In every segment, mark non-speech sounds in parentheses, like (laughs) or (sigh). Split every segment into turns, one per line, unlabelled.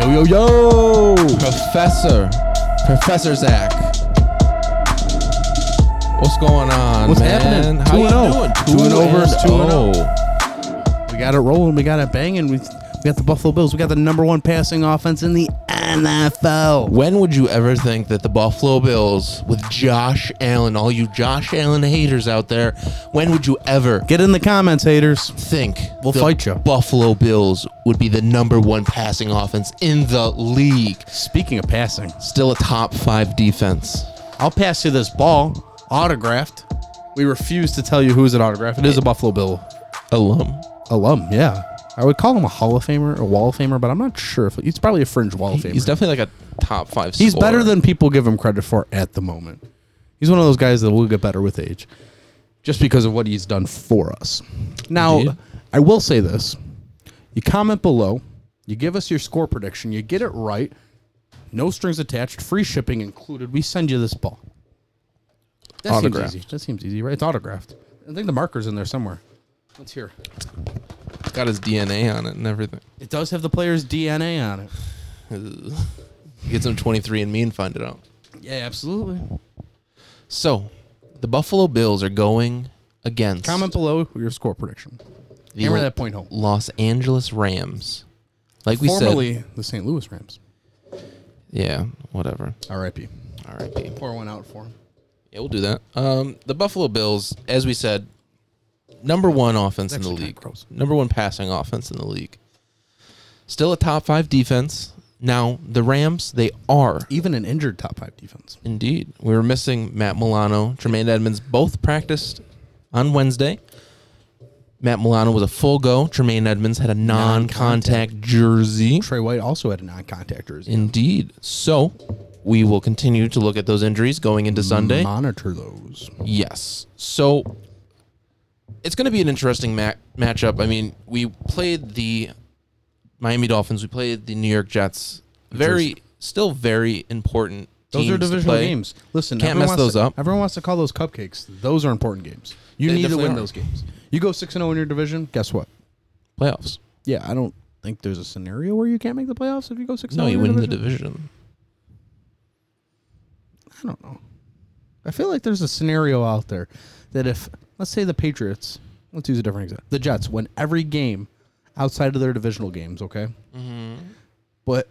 yo, yo! Professor. Professor Zach. What's going on,
What's
man?
happening?
How
2 and
you
0.
doing?
2 and over is 2
0.
and We got it rolling. We got it banging. We we got the Buffalo Bills. We got the number one passing offense in the NFL.
When would you ever think that the Buffalo Bills with Josh Allen, all you Josh Allen haters out there, when would you ever
Get in the comments, haters.
think
We'll
the
fight ya.
Buffalo Bills would be the number one passing offense in the league?
Speaking of passing,
Still a top five defense.
I'll pass you this ball, autographed. We refuse to tell you who's an autograph. It is a Buffalo Bill
Alum.
alum. Yeah, I would call him a Hall of Famer or Wall of Famer, but I'm not sure if he's probably a fringe Wall of Famer.
He's definitely like a top five.
He's better
scorer.
than people give him credit for at the moment. He's one of those guys that will get better with age just because of what he's done for us. Now,
Indeed.
I will say this. You comment below, you give us your score prediction, you get it right. No strings attached, free shipping included. We send you this ball. That
Autographed.
seems easy. That seems easy, right? It's autographed. I think the marker's in there somewhere. Let's hear.
got his DNA on it and everything.
It does have the player's DNA on it.
Get some 23 and me and find it out.
Yeah, absolutely.
So, the Buffalo Bills are going against
Comment below your score prediction.
the
Hammer that point home.
Los Angeles Rams. Like we said,
Formerly the St. Louis Rams.
yeah, whatever.
R.I.P.
R.I.P.
Pour one out for him.
Yeah, we'll do that. Um, the Buffalo Bills, as we said, number one offense in the
actually kinda
league,
gross.
number one passing offense in the league. Still a top five defense. Now the Rams, they are
Even an injured top five defense.
Indeed. We were missing Matt Milano, Tremaine Edmonds, both practiced on Wednesday. Matt Milano was a full go. Tremaine Edmonds had a non contact jersey.
Trey White also had a non-contact jersey.
Indeed. So we will continue to look at those injuries going into Sunday.
Monitor those.
Yes. So it's going to be an interesting ma- matchup. I mean, we played the Miami Dolphins, we played the New York Jets. Very, still very important.
Those
teams
are
to
divisional
play.
games. Listen,
Can't
everyone
mess
wants to-
those up.
Everyone wants to call those cupcakes. Those are important games. You
They
need to
definitely
win
are.
those games. You go six and zero in your division. Guess what?
Playoffs.
Yeah, I don't think there's a scenario where you can't make the playoffs if you go six. oh
No, you win the division.
I don't know. I feel like there's a scenario out there that if let's say the Patriots, let's use a different example, the Jets win every game outside of their divisional games, okay, mm-hmm. but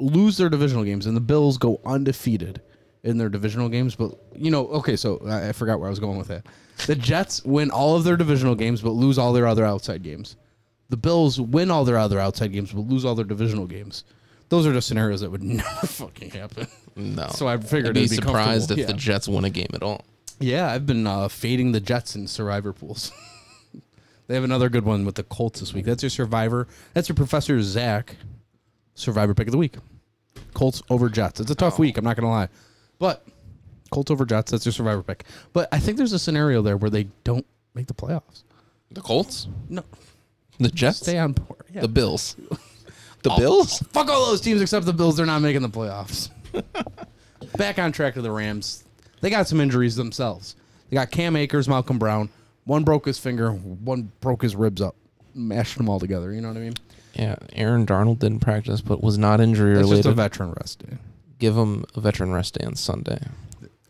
lose their divisional games, and the Bills go undefeated in their divisional games. But you know, okay, so I, I forgot where I was going with that. The Jets win all of their divisional games, but lose all their other outside games. The Bills win all their other outside games, but lose all their divisional games. Those are just scenarios that would (laughs) never fucking happen.
No.
So I figured
I'd be
it'd be
surprised if
comfortable.
the
Yeah.
Jets win a game at all.
Yeah, I've been uh, fading the Jets in survivor pools. (laughs) they have another good one with the Colts this week. That's your survivor. That's your Professor Zach survivor pick of the week. Colts over Jets. It's a tough week. I'm not going to lie. But Colts over Jets, that's your survivor pick. But I think there's a scenario there where they don't make the playoffs.
The Colts?
No,
The Jets?
stay on board. Yeah.
The Bills. The Bills?
Fuck all those teams except the Bills. They're not making the
(laughs)
playoffs. Back on track to the Rams. They got some injuries themselves. They got Cam Akers, Malcolm Brown. One broke his finger, one broke his ribs up. Mashed them all together. You know what I mean?
Yeah, Aaron Darnold didn't practice, but was not injury
That's just a
related.
veteran rest day.
Give him a veteran rest day on Sunday.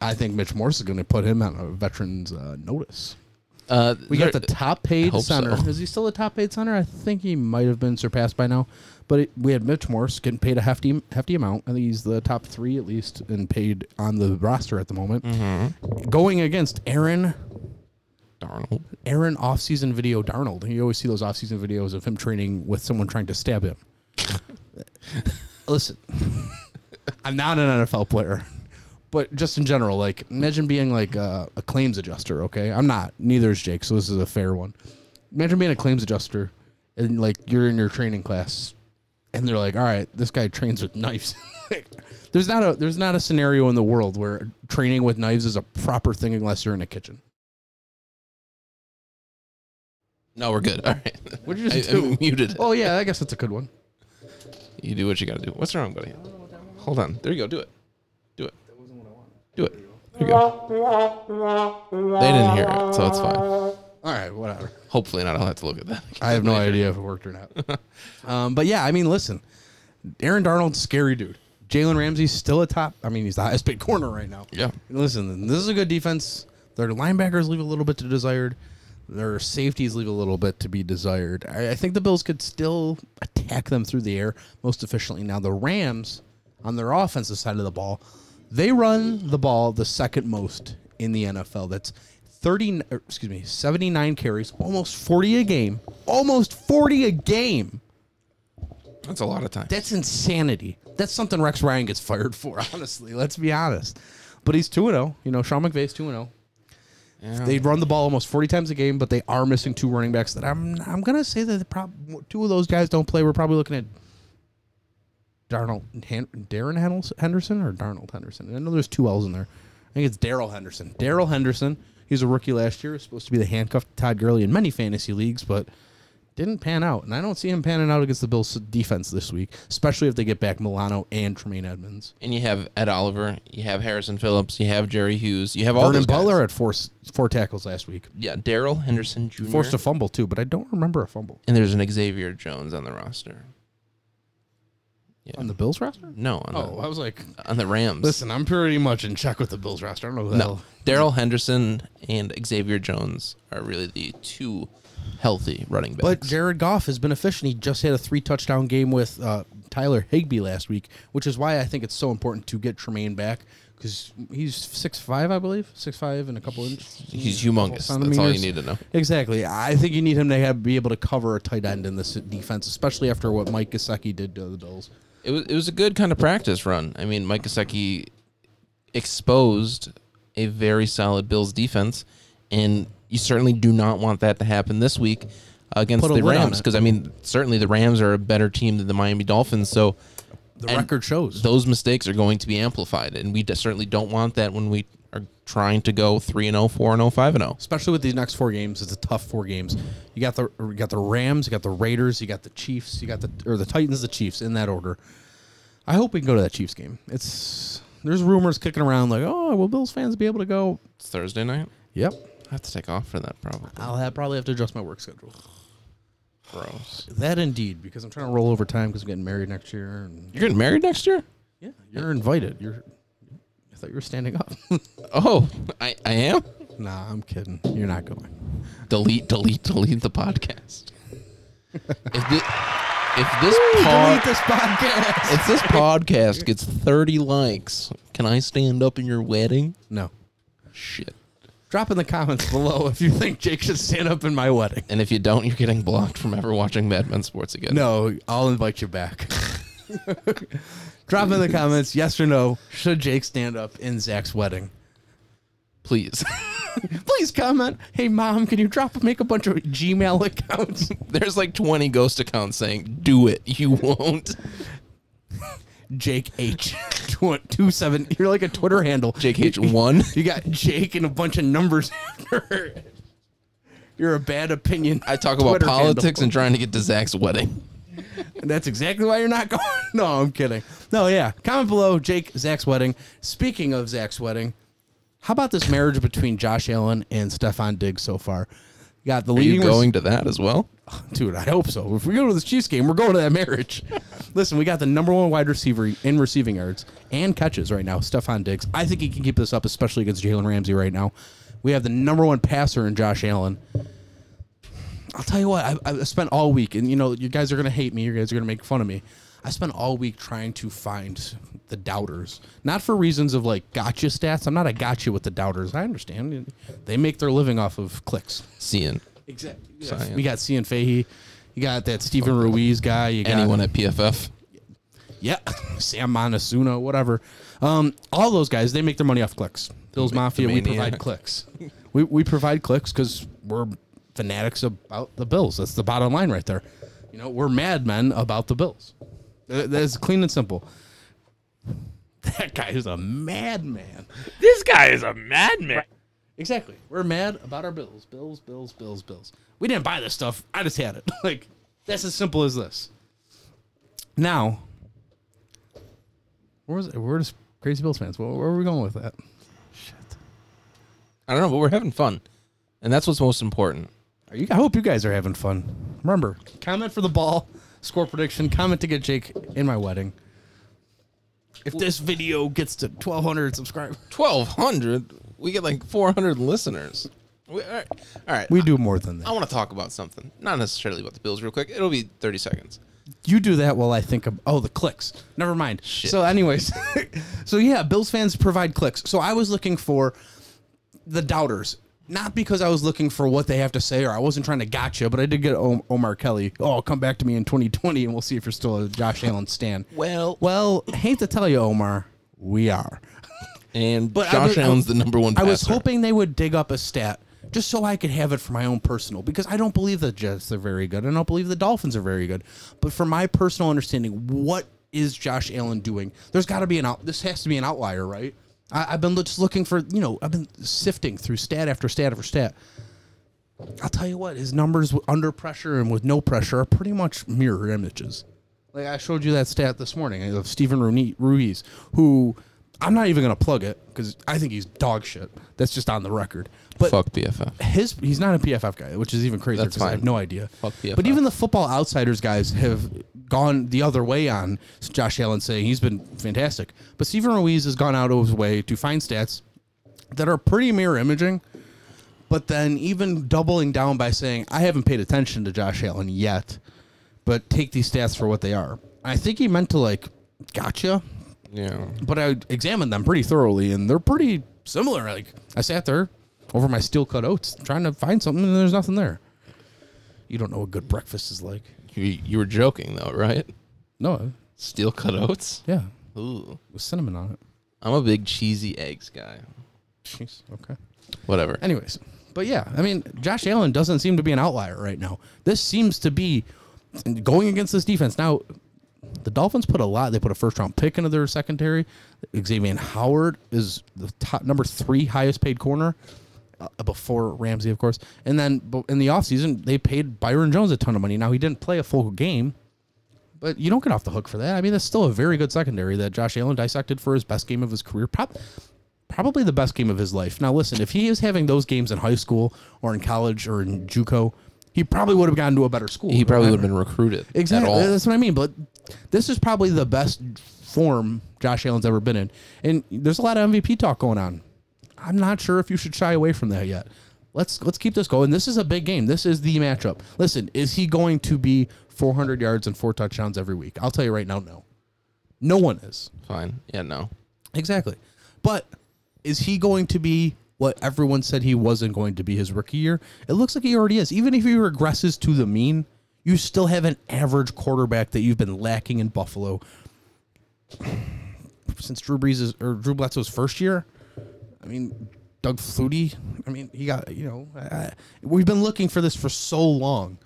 I think Mitch Morse is going to put him on a veteran's uh, notice.
Uh,
We got the top paid
hope
center.
so.
Is he still a top paid center? I think he might have been surpassed by now. But it, we had Mitch Morse getting paid a hefty hefty amount. I think he's the top three at least and paid on the roster at the moment.
Mm-hmm.
Going against Aaron
Darnold.
Aaron offseason video Darnold. You always see those offseason videos of him training with someone trying to stab him. (laughs) Listen, (laughs) I'm not an NFL player, but just in general, like imagine being like a, a claims adjuster. Okay, I'm not. Neither is Jake, so this is a fair one. Imagine being a claims adjuster, and like you're in your training class, and they're like, "All right, this guy trains with knives." (laughs) there's not a there's not a scenario in the world where training with knives is a proper thing unless you're in a kitchen.
No, we're good. All right.
(laughs) What did you just
(laughs) I,
do?
I muted.
Oh yeah, I guess that's a good one.
You do what you got to do. What's wrong, buddy? Hold on. There you go. Do it. Do it. Do it. There you go. They didn't hear it, so it's fine.
All right, whatever.
Hopefully not. I'll have to look at that. (laughs)
(laughs) I have no idea if it worked or not. um, but yeah, I mean, listen, Aaron Darnold, scary dude. Jalen Ramsey's still a top. I mean, he's the highest paid corner right now.
Yeah.
And listen, this is a good defense. Their linebackers leave a little bit to desired. Their safeties leave a little bit to be desired. I, I think the Bills could still attack them through the air most efficiently. Now the Rams, on their offensive side of the ball, they run the ball the second most in the NFL. That's 30 or, excuse me, 79 carries, almost 40 a game. Almost 40 a game.
That's a lot of time.
That's insanity. That's something Rex Ryan gets fired for, (laughs) honestly. Let's be honest. But he's 2 0. You know, Sean McVay's 2 0.
Yeah.
They run the ball almost 40 times a game, but they are missing two running backs that I'm I'm going to say that the prob- two of those guys don't play. We're probably looking at Darnold, Han- Darren Hen- Henderson or Darnold Henderson. I know there's two L's in there. I think it's Daryl Henderson. Daryl Henderson. He's a rookie last year. Was supposed to be the handcuff to Todd Gurley in many fantasy leagues, but didn't pan out. And I don't see him panning out against the Bills defense this week, especially if they get back Milano and Tremaine Edmonds.
and you have Ed Oliver, you have Harrison Phillips, you have Jerry Hughes, you have all
Vernon
those guys.
Butler had four s- four tackles last week.
Yeah, Daryl Henderson Jr.
Forced a fumble too, but I don't remember a fumble
and there's an Xavier Jones on the roster.
on the Bills roster.
No, on,
Oh, I was like,
the, on the Rams.
listen, I'm pretty much in check with the Bills roster. I don't know who the
no,
hell.
Daryl Henderson and Xavier Jones are really the two healthy running backs.
But Jared Goff has been efficient. He just had a three touchdown game with uh, Tyler Higbee last week, which is why I think it's so important to get Tremaine back because he's six five, I believe, six five and a couple inches.
He's humongous. That's all you need to know.
Exactly. I think you need him to have, be able to cover a tight end in this defense, especially after what Mike Gesicki did to the Bills.
It was it was a good kind of practice run. I mean, Mike Gesicki exposed a very solid Bills defense, and you certainly do not want that to happen this week against
Put a
the
lid on
Rams.
it.
Because I mean, certainly the Rams are a better team than the Miami Dolphins. So
The
And
record shows.
those mistakes are going to be amplified, and we d- certainly don't want that when we are trying to go three and 0, 4 and 0, 5 and oh. 0.
especially with these next four games. It's a tough four games. You got the you got the Rams, you got the Raiders, you got the Chiefs, you got the or the Titans, the Chiefs in that order. I hope we can go to that Chiefs game. It's there's rumors kicking around like, oh, will Bills fans be able to go?
It's Thursday night.
Yep,
I have to take off for that probably.
I'll have, probably have to adjust my work schedule.
Gross.
That indeed, because I'm trying to roll over time because I'm getting married next year. And
You're getting married next year?
yeah, you're invited. You're I thought you were standing up. (laughs)
Oh, I, I am.
nah, I'm kidding. You're not going.
Delete, delete, delete the podcast. if, thi-
(laughs)
if this pod,
this podcast.
if this podcast gets thirty likes, can I stand up in your wedding?
No.
Shit.
Drop in the comments below if you think Jake should stand up in my wedding.
And if you don't, you're getting blocked from ever watching Mad Men Sports again.
No, I'll invite you back. (laughs) Drop in the comments, yes or no, should Jake stand up in Zach's wedding?
Please. (laughs)
Please comment. Hey mom, can you drop make a bunch of Gmail accounts?
There's like 20 ghost accounts saying, do it. You won't.
Jake H tw- two seven. You're like a Twitter handle.
JKH1.
(laughs) You got Jake and a bunch of numbers (laughs) after it. You're a bad opinion.
I talk about
Twitter handle.
politics and trying to get to Zach's wedding.
And that's exactly why you're not going. (laughs) No, I'm kidding. No, yeah. Comment below, Jake, Zach's wedding. Speaking of Zach's wedding, how about this marriage between Josh Allen and Stefan Diggs so far? You got the
Are you
leading rec-
going to that as well?
dude. I hope so. If we go to this Chiefs game, we're going to that marriage. Listen, we got the number one wide receiver in receiving yards and catches right now, Stefan Diggs. I think he can keep this up, especially against Jalen Ramsey right now. We have the number one passer in Josh Allen. I'll tell you what, I, I spent all week, and you know, you guys are going to hate me. You guys are going to make fun of me. I spent all week trying to find the doubters, not for reasons of like gotcha stats. I'm not a gotcha with the doubters. I understand. They make their living off of clicks.
Seeing
Exactly.
Science.
We got Cian Fahey. You got that Stephen Ruiz guy. You got
anyone at PFF.
Yeah, (laughs) Sam Montesino, whatever. Um, all those guys, they make their money off clicks. Bills Mafia, we
maniac.
provide clicks. We we provide clicks because we're fanatics about the Bills. That's the bottom line right there. You know, we're madmen about the Bills. That- That's clean and simple. (laughs) That guy is a madman.
This guy is a madman.
Exactly. We're mad about our bills. Bills, bills, bills, bills. We didn't buy this stuff. I just had it. (laughs) like, that's as simple as this. Now, where was it? We're just crazy Bills fans. Where, where are we going with that?
I don't know, but we're having fun. And that's what's most important.
Are you, I hope you guys are having fun. Remember, comment for the ball, score prediction, comment to get Jake in my wedding. If this video gets to 1,200 subscribers,
Twelve hundred. We get like four hundred listeners. We, all right. All right.
we do more than
I
that.
want to talk about something, not necessarily about the Bills, real quick. It'll be thirty seconds.
You do that while I think of oh the clicks. Never mind. So, anyways, (laughs) so yeah, Bills fans provide clicks. So I was looking for the doubters, not because I was looking for what they have to say or I wasn't trying to gotcha, but I did get o- Omar Kelly. Oh, come back to me in 2020 and we'll see if you're still a Josh Allen stan.
Well-
well, hate to tell you, Omar, we are.
And
But I
Josh
was- I-
Allen's the number one.
I
Passer.
was hoping they would dig up a stat just so I could have it for my own personal because I don't believe the Jets are very good. I don't believe the Dolphins are very good. But for my personal understanding, what is Josh Allen doing? There's got to be an out. This has to be an outlier, right? I, I've been just looking for you know I've been sifting through stat after stat after stat. I'll tell you what, his numbers w- under pressure and with no pressure are pretty much mirror images. Like I showed you that stat this morning of Stephen Rune- Ruiz, who I'm not even gonna plug it because I think he's dog shit. That's just on the record. But
Fuck BFF.
his he's not a PFF guy, which is even crazier
That's
because I have
fine.
no idea.
Fuck PFF.
But even the football outsiders guys have gone the other way on Josh Allen, saying he's been fantastic. But Stephen Ruiz has gone out of his way to find stats that are pretty mirror imaging, but then even doubling down by saying I haven't paid attention to Josh Allen yet, but take these stats for what they are. I think he meant to like gotcha,
Yeah.
but I examined them pretty thoroughly, and they're pretty similar. Like I sat there over my steel cut oats trying to find something, and there's nothing there. You don't know what good breakfast is like.
You, you were joking though, right?
No, uh,
Steel cut oats.
yeah,
Ooh.
with cinnamon on it.
I'm a big cheesy eggs guy.
Jeez, okay.
Whatever.
Anyways, but yeah, I mean, Josh Allen doesn't seem to be an outlier right now. This seems to be going against this defense. Now, the Dolphins put a lot. They put a first round pick into their secondary. Xavier Howard is the top number three highest paid corner uh, before Ramsey, of course. And then but in the offseason, they paid Byron Jones a ton of money. Now, he didn't play a full game. But you don't get off the hook for that. I mean, that's still a very good secondary that Josh Allen dissected for his best game of his career. Prob- probably the best game of his life. Now, listen, if he is having those games in high school or in college or in JUCO, he probably would have gotten to a better school.
He probably would have been recruited.
exactly.
At all.
That's what I mean. But this is probably the best form Josh Allen's ever been in, and there's a lot of MVP talk going on. I'm not sure if you should shy away from that yet. Let's let's keep this going. This is a big game. This is the matchup. Listen, is he going to be 400 yards and four touchdowns every week? I'll tell you right now, no. No one is.
Fine. Yeah. No.
Exactly. But is he going to be what everyone said he wasn't going to be his rookie year? It looks like he already is. Even if he regresses to the mean, you still have an average quarterback that you've been lacking in Buffalo since Drew Brees' or Drew Bledsoe's first year. I mean, Doug Flutie. I mean, he got you know. I, I, we've been looking for this for so long,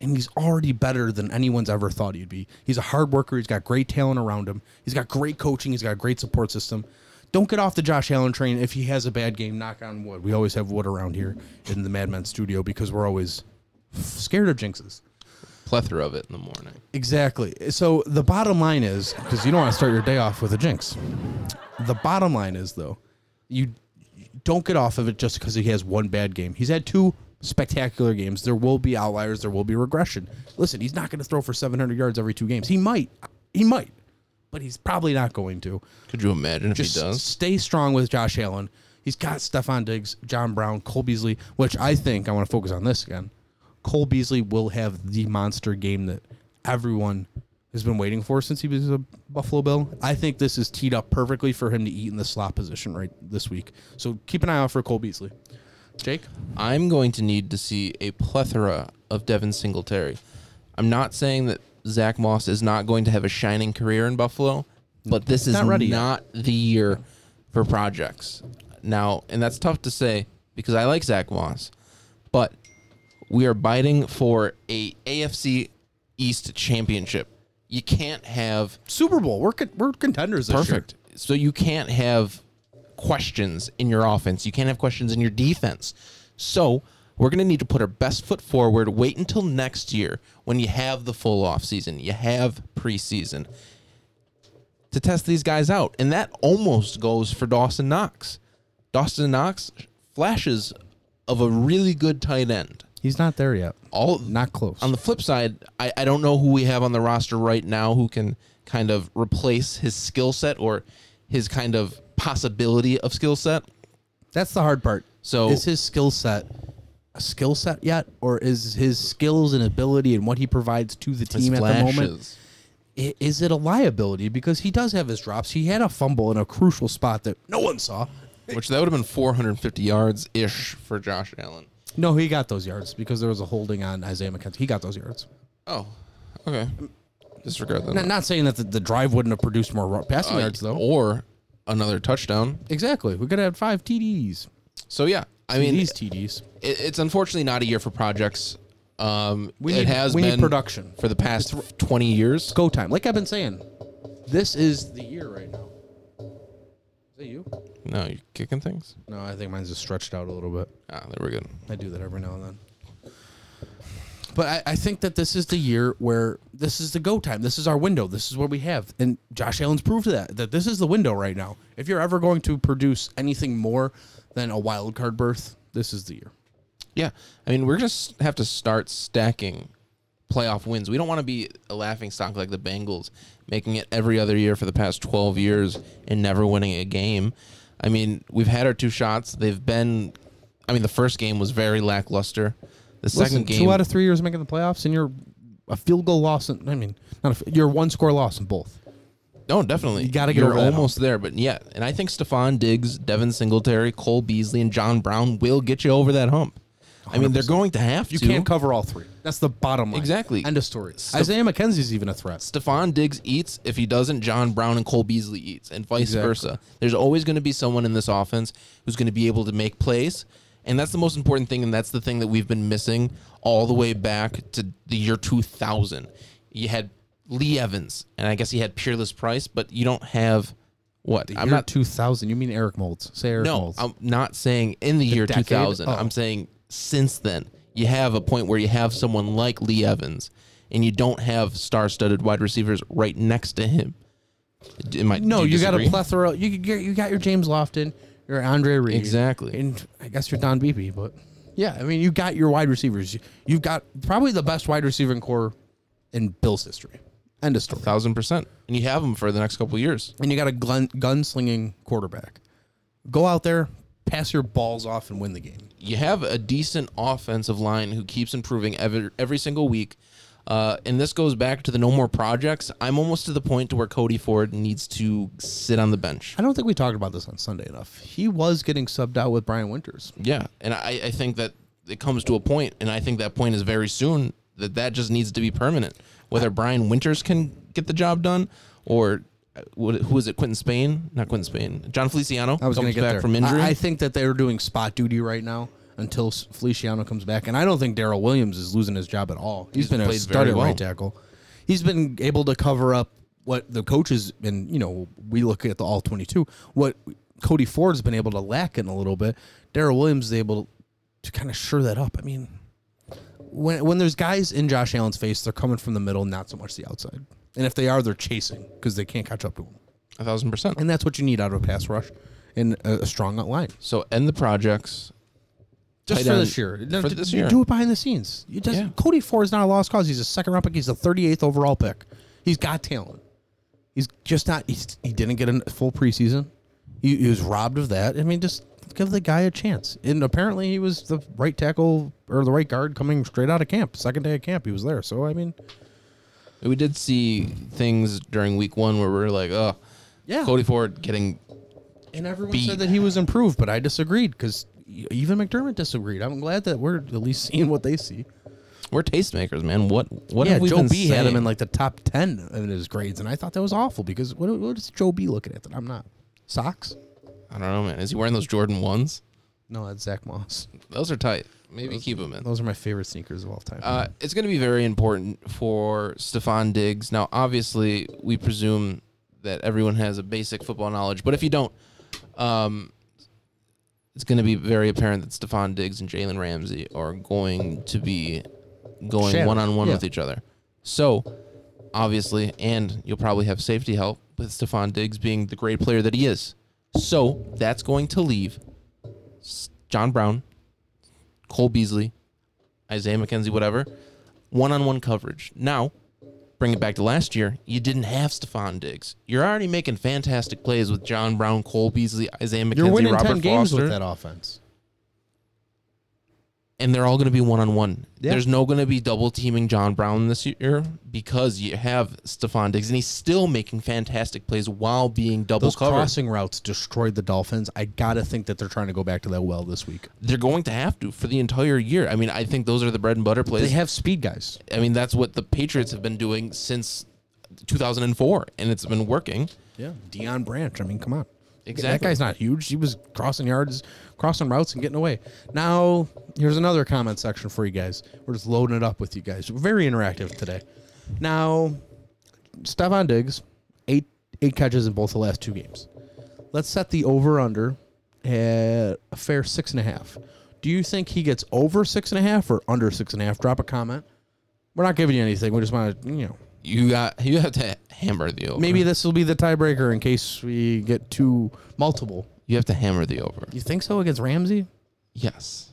and he's already better than anyone's ever thought he'd be. He's a hard worker. He's got great talent around him. He's got great coaching. He's got a great support system. Don't get off the Josh Allen train if he has a bad game. Knock on wood. We always have wood around here in the Mad Men studio because we're always scared of jinxes.
Plethora of it in the morning.
Exactly. So the bottom line is because you don't want to start your day off with a jinx. The bottom line is though, you don't get off of it just because he has one bad game. He's had two spectacular games. There will be outliers. There will be regression. Listen, he's not going to throw for 700 yards every two games. He might. He might, but he's probably not going to.
Could you imagine if
Just
he does?
stay strong with Josh Allen. He's got Stephon Diggs, John Brown, Cole Beasley, which I think I want to focus on this again. Cole Beasley will have the monster game that everyone has been waiting for since he was a Buffalo Bill. I think this is teed up perfectly for him to eat in the slot position right this week. So keep an eye out for Cole Beasley. Jake,
I'm going to need to see a plethora of Devin Singletary. I'm not saying that Zach Moss is not going to have a shining career in Buffalo, but this is
Not
not,
ready yet.
the year for projects. Now, and that's tough to say because I like Zach Moss, but we are biting for a AFC East championship. You can't have
Super Bowl. We're con- we're contenders. This Year.
Perfect. So you can't have questions in your offense. You can't have questions in your defense. So we're going to need to put our best foot forward. Wait until next year when you have the full offseason, you have preseason to test these guys out. And that almost goes for Dawson Knox. Dawson Knox flashes of a really good tight end.
He's not there yet.
All
Not close.
on the flip side, I, I don't know who we have on the roster right now who can kind of replace his skill set or his kind of possibility of skill set.
That's the hard part.
So-
is his skill set a skill set yet, or is his skills and ability and what he provides to the
His
team at the moment
flashes.
i- is it a liability? Because he does have his drops. He had a fumble in a crucial spot that no one saw.
which that would have been 450 yards ish for Josh Allen.
No, he got those yards because there was a holding on Isaiah McKenzie. He got those yards.
Oh, okay. Disregard that.
Not, not saying that the, the drive wouldn't have produced more ru- passing yards though.
Or another touchdown.
Exactly. We could have had five TDs.
So yeah, I mean,
These
it,
TDs.
it's unfortunately not a year for projects. Um,
We
it
need-
has
we need
been
production.
for the past 20 years.
Go time. Like I've been saying, this is the year right now. Is that you?
No, you're kicking things.
No, I think mine's just stretched out a little bit.
Ah, there we go.
I do that every now and then. But I, I think that this is the year where this is the go time. This is our window. This is what we have. And Josh Allen's proved that that this is the window right now. If you're ever going to produce anything more than a wild card berth, this is the year.
Yeah, I mean, we're gonna s- have to start stacking playoff wins. We don't want to be a laughing stock like the Bengals, making it every other year for the past 12 years and never winning a game. I mean, we've had our two shots. They've been, I mean, the first game was very lackluster. The second game,
two out of three years making the playoffs, and you're a field goal loss. In, I mean, not a, you're one score loss in both.
no, oh, definitely, you
gotta get
You're
over that
almost there, but yeah. And I think Stephon Diggs, Devin Singletary, Cole Beasley, and John Brown will get you over that hump. I mean, they're going to have to.
You can't cover all three. That's the bottom line.
Exactly.
End of story. Isaiah McKenzie's even a threat.
Stephon Diggs eats. If he doesn't, John Brown and Cole Beasley eats, and vice
Exactly.
versa. There's always going to be someone in this offense who's going to be able to make plays, and that's the most important thing. And that's the thing that we've been missing all the way back to the year 2000. You had Lee Evans, and I guess he had Peerless Price, but you don't have what? I'm
Year
not
2000. You mean Eric Molds? Say Eric
no,
Molds.
I'm not saying in the, year
decade?
2000.
Oh.
I'm saying since then. You have a point where you have someone like Lee Evans, and you don't have star-studded wide receivers right next to him. Am I-
No,
do
you, got a
disagree?
plethora. You get, you got your James Lofton, your Andre Reed,
Exactly.
and I guess your Don Beebe. But yeah, I mean, you got your wide receivers. You- You've got probably the best wide receiving core in Bill's history. End of story.
thousand percent, and you have him for the next couple of years.
And you got a gun gunslinging quarterback. Go out there, pass your balls off, and win the game.
You have a decent offensive line who keeps improving every every single week. Uh, and this goes back to the no more projects. I'm almost to the point to where Cody Ford needs to sit on the bench.
I don't think we talked about this on Sunday enough. He was getting subbed out with Brian Winters.
Yeah, and I, I think that it comes to a point, and I think that point is very soon that that just needs to be permanent. Whether Brian Winters can get the job done, or uh, what, who is it? Quentin Spain? Not Quentin Spain. John Feliciano
I was going
comes
to get
back
there.
from injury.
I, I think that they're doing spot duty right now until S- Feliciano comes back, and I don't think Daryl Williams is losing his job at all.
He's
he's been a
played
starting
very well.
right tackle. He's been able to cover up what the coaches and you know we look at the all twenty two. What Cody Ford's been able to lack in a little bit. Daryl Williams is able to kind of shore that up. I mean, when when there's guys in Josh Allen's face, they're coming from the middle, not so much the outside. And if they are, they're chasing because they can't catch up to him.
a thousand percent.
And that's what you need out of a pass rush and a, a strong line.
So end the projects.
Just
Tight
for
end
this year.
for this
You
year.
do it behind the scenes. You just,
Yeah.
Cody Ford is not a lost cause. He's a second round pick. He's a 38th overall pick. He's got talent. He's just not, he's, he didn't get a full preseason. He, he was robbed of that. I mean, just give the guy a chance. And apparently he was the right tackle or the right guard coming straight out of camp. Second day of camp, he was there. So, I mean,
We did see things during week one where we are like, oh,
Yeah.
Cody Ford getting
And everyone
beat.
said that he was improved, but I disagreed because even McDermott disagreed. I'm glad that we're at least seeing what they see.
we're tastemakers, man. What what
yeah,
have we
Joe
been
B had him
saying?
in like the top ten in his grades, and I thought that was awful because what, what is Joe B looking at that I'm not? Socks?
I don't know, man. Is he wearing those Jordan ones?
No, that's Zach Moss. (laughs)
Those are tight. Maybe keep them in.
Those are my favorite sneakers of all time.
Uh, it's going to be very important for Stefan Diggs. Now, obviously, we presume that everyone has a basic football knowledge, but if you don't, um, it's going to be very apparent that Stefan Diggs and Jalen Ramsey are going to be going
Shadows,
one on one
yeah.
with each other. So, obviously, and you'll probably have safety help with Stefan Diggs being the great player that he is. So, that's going to leave S- John Brown, Cole Beasley, Isaiah McKenzie, whatever, one on one coverage. Now, bring it back to last year, you didn't have Stephon Diggs. You're already making fantastic plays with John Brown, Cole Beasley, Isaiah McKenzie,
You're winning
Robert
ten games
Foster
with that offense.
and they're all going to be one on one.
Yeah.
There's no going to be double teaming John Brown this year because you have Stephon Diggs, and he's still making fantastic plays while being double
Those
covered.
crossing routes destroyed the Dolphins. I gotta think that they're trying to go back to that well this week.
they're going to have to for the entire year. I mean, I think those are the bread and butter
They
plays.
have speed guys.
I mean, that's what the Patriots have been doing since 2004, and it's been working.
Yeah, Dion Branch. I mean, come on. That
Exactly.
guy's not huge. He was crossing yards, crossing routes, and getting away. Now, here's another comment section for you guys. We're just loading it up with you guys. We're very interactive today. Now, Stephon Diggs, eight eight catches in both the last two games. Let's set the over under at a fair six and a half. Do you think he gets over six and a half or under six and a half? Drop a comment. We're not giving you anything. We just want to, you know,
You got you have to hammer the over.
maybe this will be the tiebreaker in case we get two multiple.
you have to hammer the over.
You think so against Ramsey?
Yes,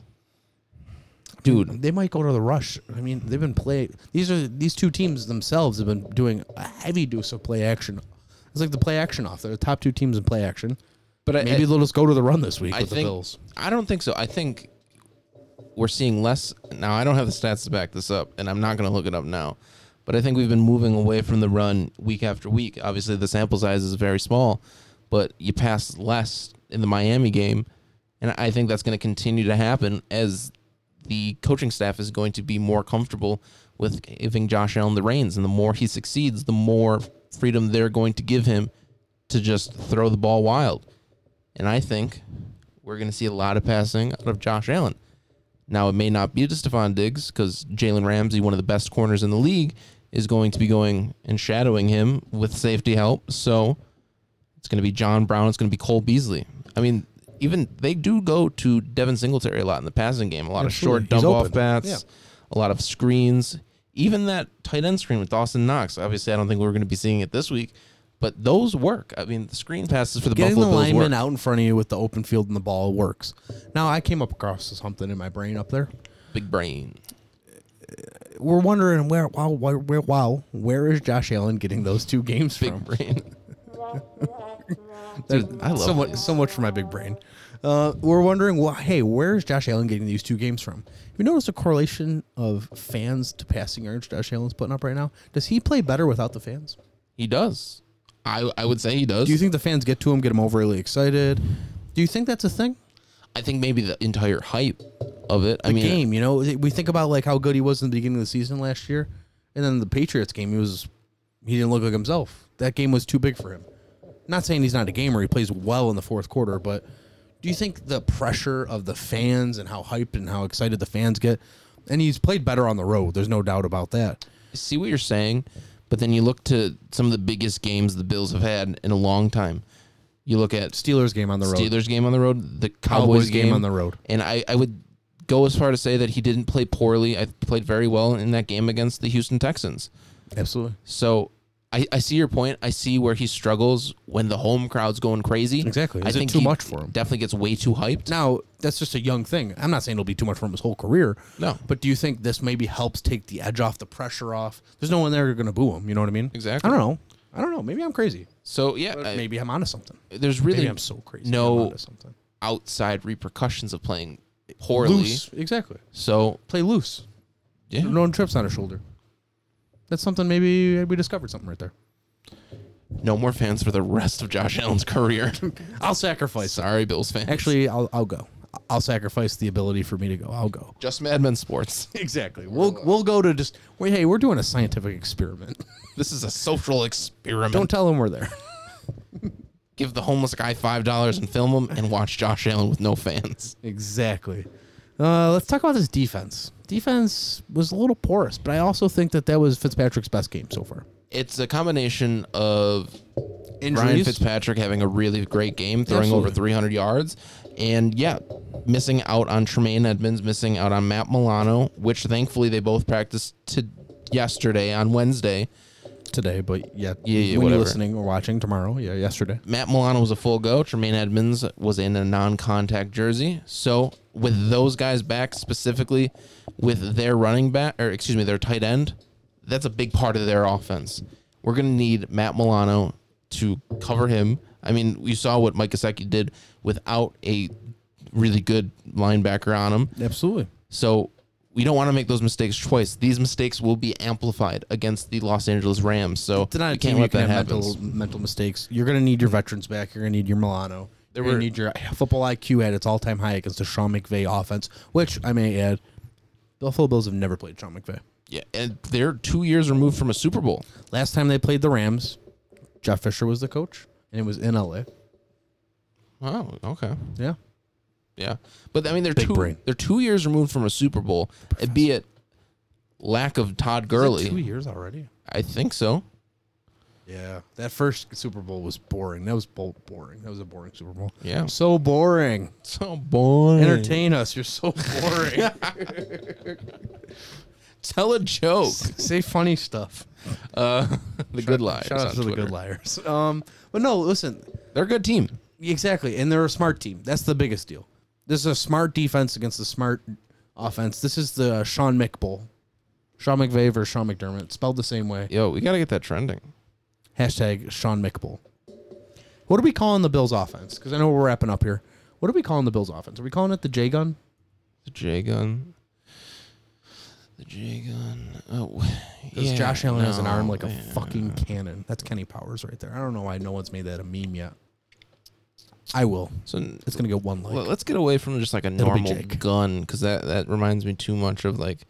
dude.
They might go to the rush. I mean, they've been play. These are these two teams themselves have been doing a heavy dose of play action. It's like the play action off. They're the top two teams in play action.
But I,
Maybe they'll just go to the run this week
I
with
think
the Bills.
I don't think so. I think we're seeing less now. I don't have the stats to back this up, and I'm not going to look it up now. But I think we've been moving away from the run week after week. Obviously, the sample size is very small, but you pass less in the Miami game, and I think that's going to continue to happen as the coaching staff is going to be more comfortable with giving Josh Allen the reins, and the more he succeeds, the more freedom they're going to give him to just throw the ball wild. And I think we're going to see a lot of passing out of Josh Allen. Now, it may not be to Stephon Diggs because Jalen Ramsey, one of the best corners in the league, is going to be going and shadowing him with safety help. So it's going to be John Brown. It's going to be Cole Beasley. I mean, even they do go to Devin Singletary a lot in the passing game. A lot
Absolutely.
of short dump
He's
off
open.
bats,
Yeah.
a lot of screens. Even that tight end screen with Austin Knox. Obviously, I don't think we're going to be seeing it this week, but those work. I mean, the screen passes for the
Getting
Buffalo
the
Bills work.
lineman out in front of you with the open field and the ball works. Now I came up across something in my brain up there.
Big brain.
We're wondering where wow where, where wow where is Josh Allen getting those two games
Big
from?
brain. (laughs) Dude, I love
so much,
this.
so much for my big brain. Uh, we're wondering, well, hey, where is Josh Allen getting these two games from? Have you noticed a correlation of fans to passing yards Josh Allen's putting up right now? Does he play better without the fans?
He does. I I would say he does.
Do you think the fans get to him, get him overly excited? Do you think that's a thing?
I think maybe the entire hype of it. I mean,
Game, you know, we think about like how good he was in the beginning of the season last year, and then the Patriots game, he was, he didn't look like himself. That game was too big for him. Not saying he's not a gamer; he plays well in the fourth quarter. But do you think the pressure of the fans and how hyped and how excited the fans get, and he's played better on the road? There's no doubt about that.
I see what you're saying, but then you look to some of the biggest games the Bills have had in a long time. You look at
Steelers game on the road.
Steelers game on the road, the Cowboys,
Cowboys game on the road.
and I I would go as far to say that he didn't play poorly. I played very well in that game against the Houston Texans.
Absolutely.
So. I, I see your point. I see where he struggles when the home crowd's going crazy.
Exactly.
I
Is it
think
too
he
much for him?
Definitely gets way too hyped.
Now that's just a young thing. I'm not saying it'll be too much for him his whole career.
No.
But do you think this maybe helps take the edge off, the pressure off? There's no one there going to boo him. You know what I mean?
Exactly.
I don't know. I don't know. Maybe I'm crazy.
So yeah, I-
maybe I'm onto something.
there's really
Maybe I'm so crazy.
no-
I'm onto something.
outside repercussions of playing poorly.
Loose. Exactly.
So
Play loose.
yeah,
No one trips on his shoulder. That's something. Maybe we discovered something right there.
no more fans for the rest of Josh Allen's career. (laughs)
I'll sacrifice.
Sorry, Bills fans.
Actually, I'll I'll go. I'll sacrifice the ability for me to go.
(laughs)
I'll go.
just Mad Men Sports. (laughs)
Exactly. We'll we'll go to just. Wait, hey, we're doing a scientific experiment. (laughs)
This is a social experiment.
Don't tell him we're there.
give the homeless guy five dollars and film him, and watch Josh Allen with no fans.
Exactly. Uh, let's talk about this defense. Defense was a little porous, but I also think that that was Fitzpatrick's best game so far.
It's a combination of Ryan
Injuries.
Fitzpatrick having a really great game, throwing over
Absolutely.
300 yards, and yeah, missing out on Tremaine Edmonds, missing out on Matt Milano, which thankfully they both practiced to yesterday on Wednesday.
today, but yeah,
Yeah, yeah,
when
whatever.
you're listening or watching tomorrow, yeah, yesterday.
Matt Milano was a full go. Tremaine Edmonds was in a non-contact jersey. So with those guys back specifically with their running back or excuse me, their tight end, that's a big part of their offense. We're gonna need Matt Milano to cover him. I mean, we saw what Mike Gesicki did without a really good linebacker on him.
Absolutely.
So we don't want to make those mistakes twice. These mistakes will be amplified against the Los Angeles Rams. So
It's not
we
a
can't
team you
let
can
that
have
happen.
mental, mental mistakes. You're going to need your veterans back. You're going to need your Milano. You're going
were-
to need your football IQ at its all time high against the Sean McVay offense, which I may add, Buffalo Bills have never played Sean McVay.
Yeah, and they're two years removed from a Super Bowl.
Last time they played the Rams, Jeff Fisher was the coach, and it was in LA.
Wow. Okay.
Yeah.
Yeah, but I mean they're
Big
two
brain.
they're two years removed from a Super Bowl, be it lack of Todd
Two
Gurley.
years already.
I think so.
Yeah. That first Super Bowl was boring. That was bo- boring. That was a boring Super Bowl.
Yeah.
So boring.
So
Hmm.
boring.
Entertain us. You're (laughs) so boring.
Tell a joke.
Say funny stuff.
(laughs) Uh, (laughs) the good liars.
Shout out
on
to the
Twitter.
good liars. Um, but no, listen,
They're a good team.
exactly, and they're a smart team. That's the biggest deal. This is a smart defense against the smart offense. This is the Sean Mick Bowl. Sean McVay versus Sean McDermott, spelled the same way.
Yo, we gotta get that trending.
Hashtag Sean Mick Bowl. What are we calling the Bills offense? Because I know we're wrapping up here. What are we calling the Bills offense? Are we calling it the J gun?
The J gun. The J gun. Oh,
Because
yeah,
Josh Allen has an
no,
arm like a
yeah.
fucking cannon. That's Kenny Powers right there. I don't know why no one's made that a meme yet. I will.
So n-
It's gonna get one like.
let- let's get away from just like a
That'll be
normal
Jake.
gun because that that reminds me too much of like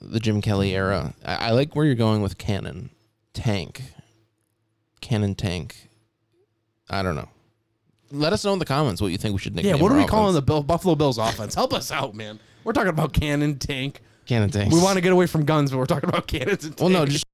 the Jim Kelly era. I, I like where you're going with cannon, tank, cannon tank. I don't know. Let us know in the comments what you think we should
Yeah,
nickname.
what are
our
we calling the
offense.
Bill, Buffalo Bills offense? Help us out, man. We're talking about cannon tank.
cannon tanks?
We want to get away from guns, but we're talking about (laughs) cannons and tanks.
Well, no, just